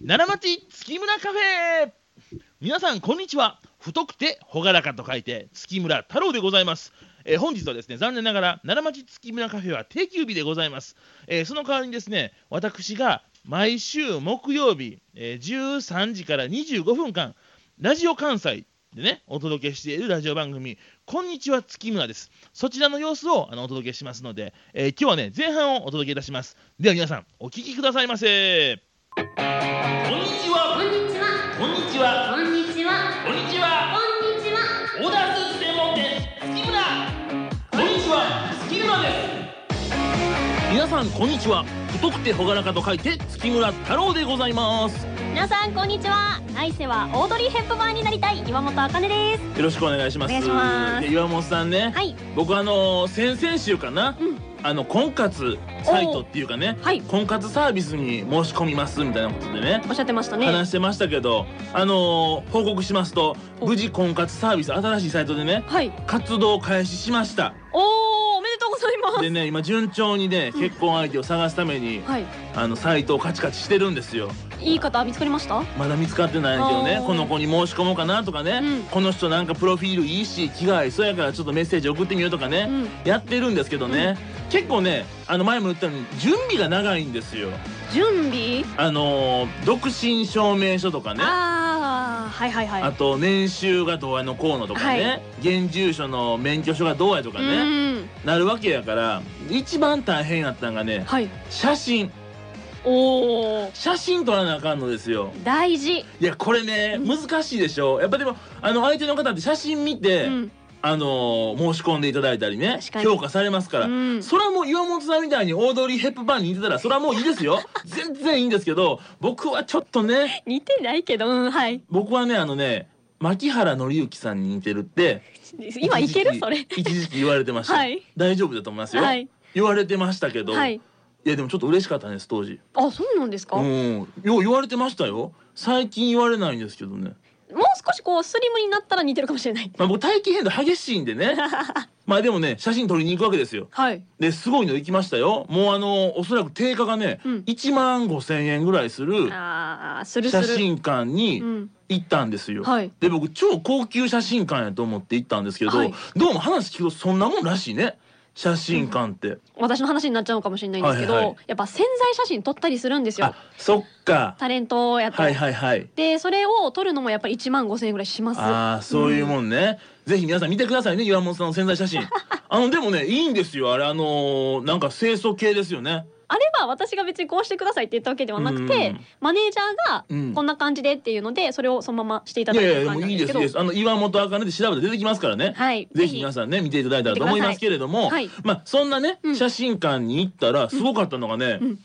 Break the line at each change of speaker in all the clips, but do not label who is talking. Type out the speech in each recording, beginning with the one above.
奈良町月村カフェ皆さんこんにちは太くて朗らかと書いて月村太郎でございます、えー本日はですね残念ながら奈良町月村カフェは定休日でございます、えーその代わりにですね私が毎週木曜日、えー13時から25分間ラジオ関西でねお届けしているラジオ番組「こんにちは月村」ですそちらの様子をあのお届けしますので、えー今日はね前半をお届けいたしますでは皆さんお聞きくださいませこんにちは
こんにちは。
こんにちは。
こんにちは。
こんにちは。
こんにちは。
オーダースーツ専門店月村。こんにちは。月村です。皆さんこんにちは。太くて朗らかと書いて月村太郎でございます。よ
皆さんこんにちは来世はオードリー・ヘップバーンになりたい岩本茜です
ろしくお願いします。
お願いします
で岩本さんね。
はい
僕あのー先々週かな。
うん
あの婚活サイトっていうかね、
はい
婚活サービスに申し込みますみたいなことでね
おっしゃってましたね
話してましたけど、あのー報告しますと
お
無事婚活サービス新しいサイトでね
はい
活動を開始しました
おーおめでとうございます
でね今順調にね結婚相手を探すために
はい
あのサイトをカチカチしてるんですよ
いい方見つかりました
まだ見つかってないんだけどね
あー
この子に申し込もうかなとかね、
うん
この人なんかプロフィールいいし気が合いそうやからちょっとメッセージ送ってみようとか
う
ね、
ん
やってるんですけどね、結構ねあの前も言ったように準備が長いんですよ
準備
あのー独身証明書とかね
ああはいはいはい
あと年収がどうやのこうのとかね、
は
現住所の免許証がどうやとか
う
ね、
ん
なるわけやから一番大変やったんがね
はい
写真
おお
写真撮らなあかんのですよ
大事
いやこれね難しいでしょやっぱでもあの相手の方って写真見て、
うん
あのー申し込んでいただいたりね
確かに
評価されますから、
うん
それはもう岩本さんみたいにオードリー・ヘップバーンに似てたらそれはもういいですよ全然いいんですけど僕はちょっとね
似てないけどうんはい
僕はねあのね牧原紀之さんに似てるって
今いけるそれ
一時期一時期言われてました、
はい
大丈夫だと思いますよ、
はい
言われてましたけど、
はい
やでもちょっと嬉しかったです当時
あそうなんですか
う
もうん
よう言われてましたよ最近言われないんですけどね、
少しこうスリムになったら似てるかもしれない
まあ、僕体型変動激しいんで ねまあでもね写真撮りに行くわけですよ
はい
ですごいの行きましたよもうあのおそらく定価がね、
うん
1万5千円ぐらいする
ああするす
写
る
真館
う
に
ん
行ったんですよ、
はい
で僕超高級写真館やと思って行ったんですけど、
はい
どうも話聞くとそんなもんらしいね写真館って、
私の話になっちゃうかもしれないんですけど、
はいはい
やっぱ潜在写真撮ったりするんですよ
あそっか
タレントやった
は
ら、
いはいはい
でそれを撮るのもやっぱり1万5千円ぐらいします
ああそういうもんね、ぜひ皆さん見てくださいね岩本さんの潜在写真あのでもねいいんですよあれあのーなんか清楚系ですよね
あれば私が別にこうしてくださいって言ったわけではなくて、
うん
マネージャ
う
ー
ん
がこんな感じでっていうのでそれをそのまましていた
い
だ
や
い
い
て
やで
る感
も
じなん
いい
で
です
すけど
いいですあの岩本茜で調べて出てきますからね
はい
ぜひ皆さんね見ていただいたらと思いますけれども、
見てくださいは
まあそんなね、
うん
写真館に行ったらすごかったのがね、
うん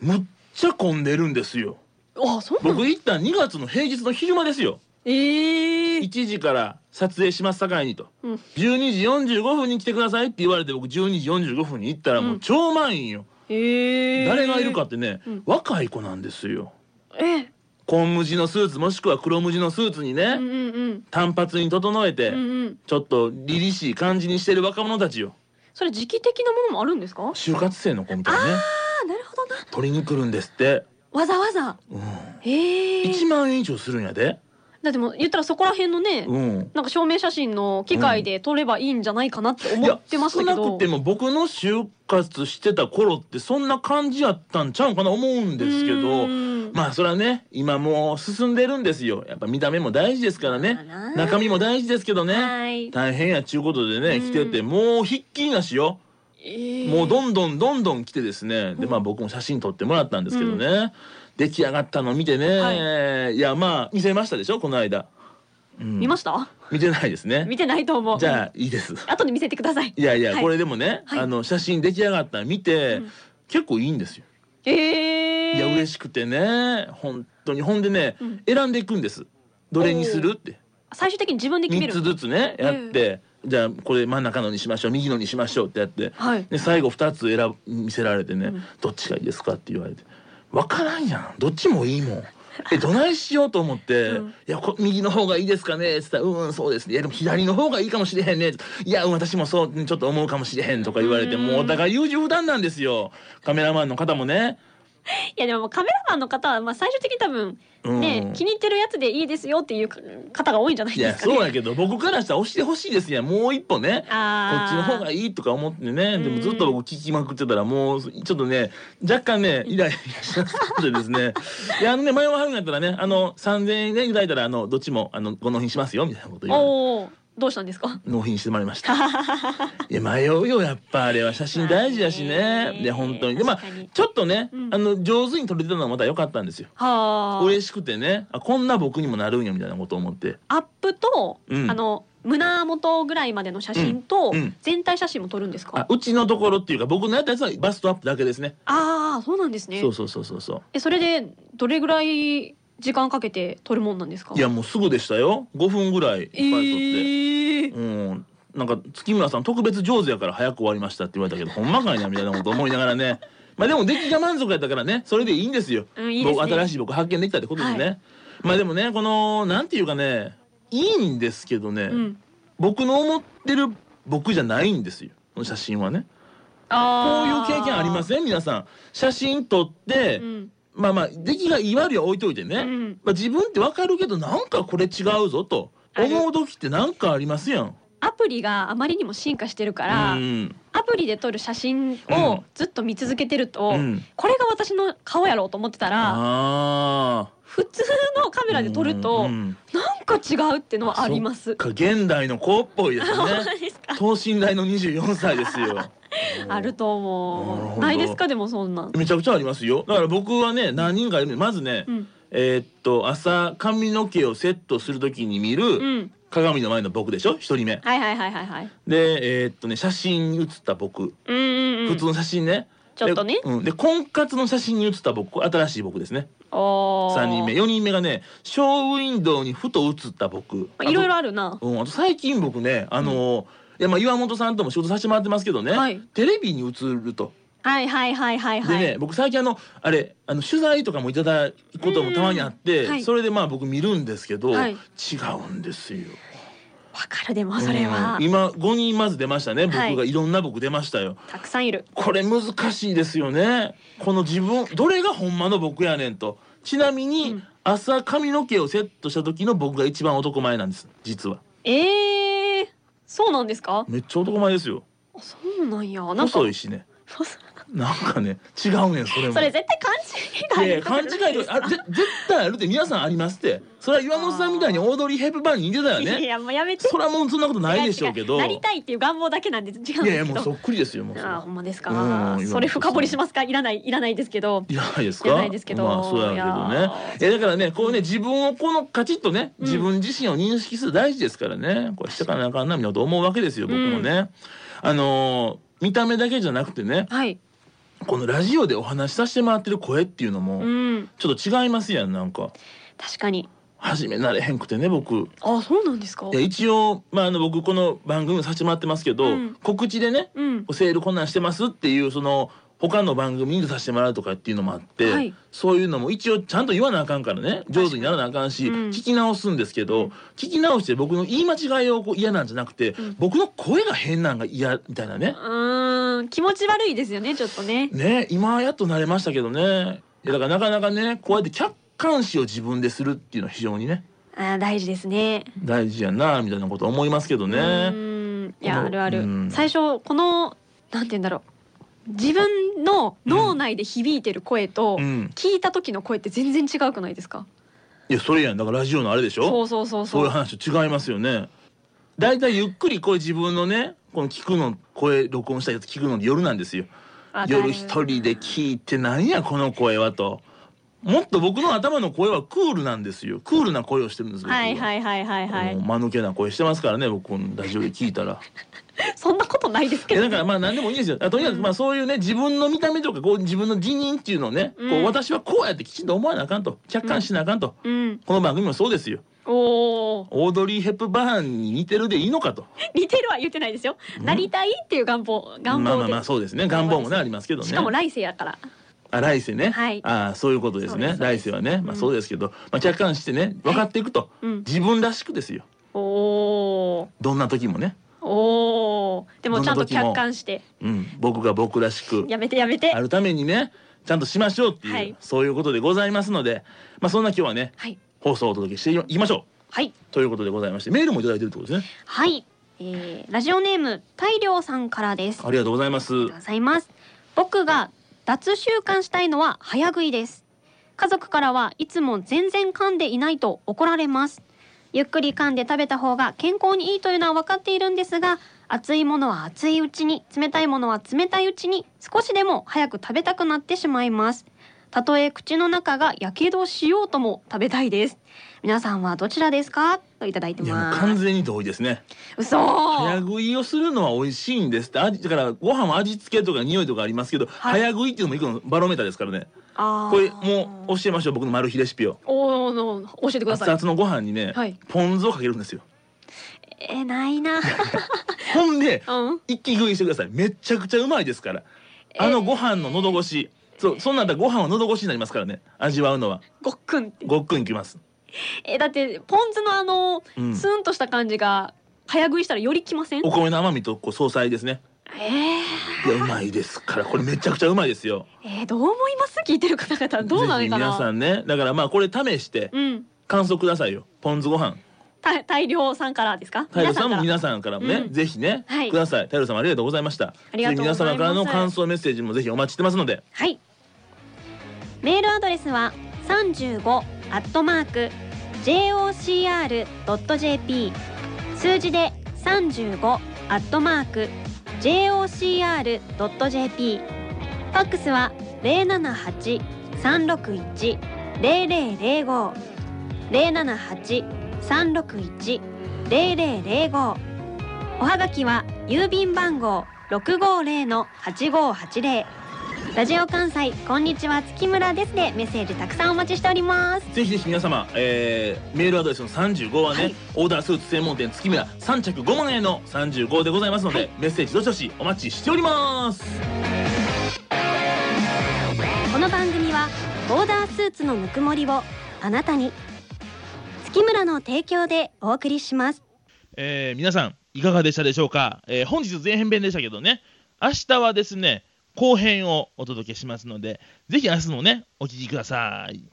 むっちゃ混んでるんですよ
あそうなの
僕行った2月の平日の昼間ですよ
ええー、
1時から撮影します境にと
うん
12時45分に来てくださいって言われて僕12時45分に行ったらもう超満員よ、
ええー、
誰がいるかってね、
うん
若い子なんですよ
ええ
紺無地のスーツもしくは黒無地のスーツにね、
うんうんうん
短髪に整えて、
うんうん
ちょっと凛々しい感じにしてる若者たちよ
それ時期的なものもあるんですかあ
就活生の子みたいなね
ーなるほどな
取りに来るんですって、
わざわざ
うん、
ええ
1万円以上するんやで、
だってもう言ったらそこら辺のね、
うん、
なんか証明写真の機械で撮ればいいんじゃないかなって思ってましたけ
いや少な
ど
くても僕の就活してた頃ってそんな感じやったんちゃうかな思うんですけど
うん
まあそれはね今もう進んでるんですよやっぱ見た目も大事ですから
まあ
ね
な
中身も大事ですけどね
はい
大変やっちゅうことでね
う
来
ん
ててもうひっきりなしよ
えー
もうどんどんどんどん来てですねで
うん
まあ僕も写真撮ってもらったんですけどね、
う
出来上がったの見てね、い、やまあ見せましたでしょこの間、うん
見ました
見てないですね
見てないと思う
じゃあいいです
あ後で見せてください
いやいや、
はい
これでもね、
はい
あの写真出来上がったの見て、
うん
結構いいんですよ。
えー、
いや嬉
し
しくてね本当にほんでね、
うん
選んでいくんですどれにするって
最終的に自分で決め
3つ
る
ずつねやって、じゃあこれ真ん中のにしましょう右のにしましょうってやって、
はい
で最後2つ選ぶ見せられてね、
うん
どっちがいいですかって言われて分からんやんどっちもいいもん。えどないしようと思って「
うん
いやこ右の方がいいですかね」っつったら「うんうんそうですねいやでも左の方がいいかもしれへんね」いやうん私もそううんちょっと思うかもしれへん」とか言われて
うん
もうお互い優柔不断なんですよカメラマンの方もね。
いやでももうカメラマンの方はまあ最終的に多分
うん
ね、気に入ってるやつでいいですよっていうか方が多いんじゃない
い
で
や
すかね。
そうやけど僕からしたら押してほしいですやんもう一歩ねこ
あ
っちの方が
い
いいとか思ってねで
う
も
ん
ずっと僕聞きまくってたらもうちょっとね若干ねイライラしましたのでです ねいやあのね迷わはるんやったらねあの3,000円ねいただいたらあのどっちもあのご納品しますよみたいなこと言う
おおどうしたんですか。
納品してもらいました いや迷うよやっぱあれは写真大事やし
まあ
ね
ね
で本当にでまあ
確かに
ちょっとね、
うん
あの上手に撮れてたのはまた良かったんですよ
はあ。
嬉しくてねあこんな僕にもなるんやみたいなこと思って
アップと、
うん
あの胸元ぐらいまでの写真と、
うんうん
全体写真も撮るんです
あ
か。
うちのところっていうか僕のやったやつはバストアップだけですね
ああそうなんですね
そうそうそうそうそう
えそれでどれぐらい時間かけて撮るもんなんですか。
いやもうすぐでしたよ5分ぐらいいっぱい
え
撮って、
ー、
うんなんか月村さん特別上手やから早く終わりましたって言われたけどほんまかいなみたいなこと思いながらね まあでも出来が満足やったからねそれでいいんですよ
うんいいですね
僕新しい僕発見できたってことですね、
は
まあでもねこのなんていうかねいいんですけどね、
うん。
僕の思ってる僕じゃないんですよこの写真はねこういう
あー
経験ありま。せん皆さん写真撮って、
うん。
まあまあ出来がいい悪いは置いといてね、
うん
まあ、自分ってわかるけどなんかこれ違うぞと思う時ってなんかありますやん。
アプリがあまりにも進化してるか
う
ら、
ん
アプリで撮る写真
うん
をずっと見続けてると、
うん、
これが私の顔やろうと思ってたら
あー
普通のカメラで撮る
う
と、
んうん
なんか違うってのはあります。
か現代の子っぽいです
本
ね
当ですか
等身大の24歳ですよ
あると思
なる
う
ほど
ないですかでもそんなん。
めちゃくちゃありますよだから僕はね何人かいるまずね、
うん
えーっと朝髪の毛をセットするときに見
う
る
ん、
鏡の前の僕でしょ一人目
はいはいはいはいはい。
でえーっとね写真に写った僕、
うんうんう
普
ん
通。の写真ね
ちょっとね
で。うん、で婚活の写真に写った僕新しい僕ですね
おお。
3人目4人目がねショーウインドウにふと写った僕
まあいろいろ
あ
あるな。
と,、うん、あと最近僕ねあのーいやまあ岩本さんとも仕事させてもらってますけどね、
はい
テレビに映ると
はいはいはいはい
でね、
はい。
僕最近あのあれあの取材とかもいただくこともたまにあって、
うんはい
それでまあ僕見るんですけど、
はい
違うんですよ。
わかるでもそれは
うん、今5人まず出ましたね僕
はい
がいろんな僕出ましたよ。
たくさんいる。
これ難しいですよねこの自分どれがほんまの僕やねんとちなみに、
うん
朝髪の毛をセットした時の僕が一番男前なんです実は
ええー、そうなんですか。
めっちゃ男前ですよ
あそうなんや。なんか
細いしねなんかね違うねんそれも
それ絶対勘
い
違い
やいや
があ
勘
る
違
ところ
いとかあぜ絶対あるって皆さんありますってそれは岩本さんみたいにオードリー・ヘップバーンに似てたよ
い やい
ね
やもうやめて
それはもうそんなことないでしょうけど
違う違うなりたいっていう願望だけなんで違うんですけど
いやいやもうそっくりですよもうそれ
ああほんまです
うん
か
今
それ深掘りしますかいらないいらないですけど
いらないですか。
いらないですけど
まあそうやけどね。いやだからね、こうね自分をこのカチッとね、
うん
自分自身を認識する大事ですからね。これしてかなあかんなみたいなこと思うわけですよ。僕もね。あのー見た目だけじゃなくてね、
はい
このラジオでお話しさせてもらってる声っていうのも、
うん
ちょっと違いますやんなんか。
確かに
始め慣れへんくてね僕
ああそうなんですか
いや一応、まあ、あの僕この番組もさせてもらってますけど、
うん
告知でね
うん
セールこんなんしてますっていうその他の番組に出させてもらうとかっていうのもあって、
はい
そういうのも一応ちゃんと言わなあかんからね上手にならなあかんし、
うん
聞き直すんですけど、
うん
聞き直して僕の言い間違いをこう嫌なんじゃなくて、
ん
僕の声が変なんが嫌みたいなね
うーん気持ち悪いですよねちょっとね
ね今やっと慣れましたけどねいやだからなかなかねこうやって客観視を自分でするっていうのは非常にね
ああ大事ですね
大事やなみたいなこと思いますけど
う
ね。
ーんいや
この
あるあ
う
る
ん
最初このなんて言うんだろう自分の脳内で響いてる声と
うん、
聞いた時の声って全然違うくないですか
いやそれやんだからラジオのあれでしょ
そうそうそう
そういう
そう
話と違いますよね。だいたいゆっくりこう自分のね、この聞くの声録音したやつ聞くので夜なんですよ。
わかる
夜一人で聞いてなんやこの声はと。もっと僕の頭の声はクールなんですよ。クールな声をしてるんですよ。
はい
い。
はいはいはいはい
もう間抜けな声してますからね僕このラジオで聞いたら
そんなことないです
い
け
や
ど
だからまあ何でもいいですよあとにかくまあそういうね自分の見た目とかこう自分の辞任っていうのをね、
うん
こう私はこうやってきちんと思わなあかんと客観視しなあかんと、
うん
この番組もそうですよ
おお
オードリー・ヘップバーンに似てるでいいのかと
似てるは言ってないですよなりたいっていう願望願望
ま
で、
あまあまあそうですね願望もね
願望です
ありますけどね
しかも来世やから
あ来世ね、
はい
ああそういうことです
そうで
ね
す
来世はねまあそうですけど、まあ客観してね分かっていくと、
うん
自分らしくですよ
お
どんな時もね、
おおーでもちゃんと
どんな時も
客観して
うん、僕が僕らしく
やめてやめて
あるためにねちゃんとしましょうっていう、
はい
そういうことでございますので、まあ、そんな今日はね
はい
放送をお届けしていきましょ
はい、
うということでございましてメールもいただいてるってことですね
はいえー、ラジオネーム大良さんからです
ありがとうございます
ありがとうございます僕が脱習慣したいのは早食いです家族からはいつも全然噛んでいないと怒られますゆっくり噛んで食べた方が健康にいいというのは分かっているんですが熱いものは熱いうちに冷たいものは冷たいうちに少しでも早く食べたくなってしまいますたとえ口の中がやけどしようとも食べたいです皆さんはどちらですかといただいて
いやもう
ます
完全に同意ですね
嘘
早食いをするのは美味しいんですって味だからご飯は味付けとか匂いとかありますけど、
はい
早食いっていうのも一個のバロメーターですからね
あー
これもう教えましょう僕のマル秘レシピを
おーおーおー教えてくだ
熱
さい
々のご飯にね、
はい
ポン酢をかけるんですよ
えーないな
ほんで
うん
一気食いしてくださいめちゃくちゃうまいですからあのご飯の喉越し、そうそんなんだったらご飯は喉越しになりますからね味わうのは
ごっくんって
ごっくんいきます、
えだってポン酢のあの
うん、
ツンとした感じが早食いしたらよりきません
お米の甘みとこう相殺ですね
えー、
いやうまいですからこれめちゃくちゃうまいですよ
えーどう思います聞いてる方々どうな
ぜ
の
ひ
かな
皆さんねだからまあこれ試して
うん
感想くださいよポン酢ご飯
た大量さんからですか
太陽さんも
皆
皆さんからもね、
うん
ぜひね、
はい
ください太陽さんもありがとうございました
ありがとうございます
ぜひ皆様からの感想メッセージもぜひお待ちしてますので
はいメールアドレスは35アットマーク jocr.jp 数字で35アットマーク jocr.jp ファックスは078-361-0005 078-361-0005おはがきは郵便番号650-8580ラジオ関西こんにちは月村ですでメッセージたくさんお待ちしております
ぜひぜひ皆様、えーメールアドレスの35はね、
はい
オーダースーツ専門店月村3着5万円の35でございますので、メッセージどしどしお待ちしております
この番組はボーダースーツのぬくもりをあなたに月村の提供でお送りします
えー皆さんいかがでしたでしょうか、えー本日前編弁でしたけどね明日はですね後編をお届けしますのでぜひ明日もねお聞きください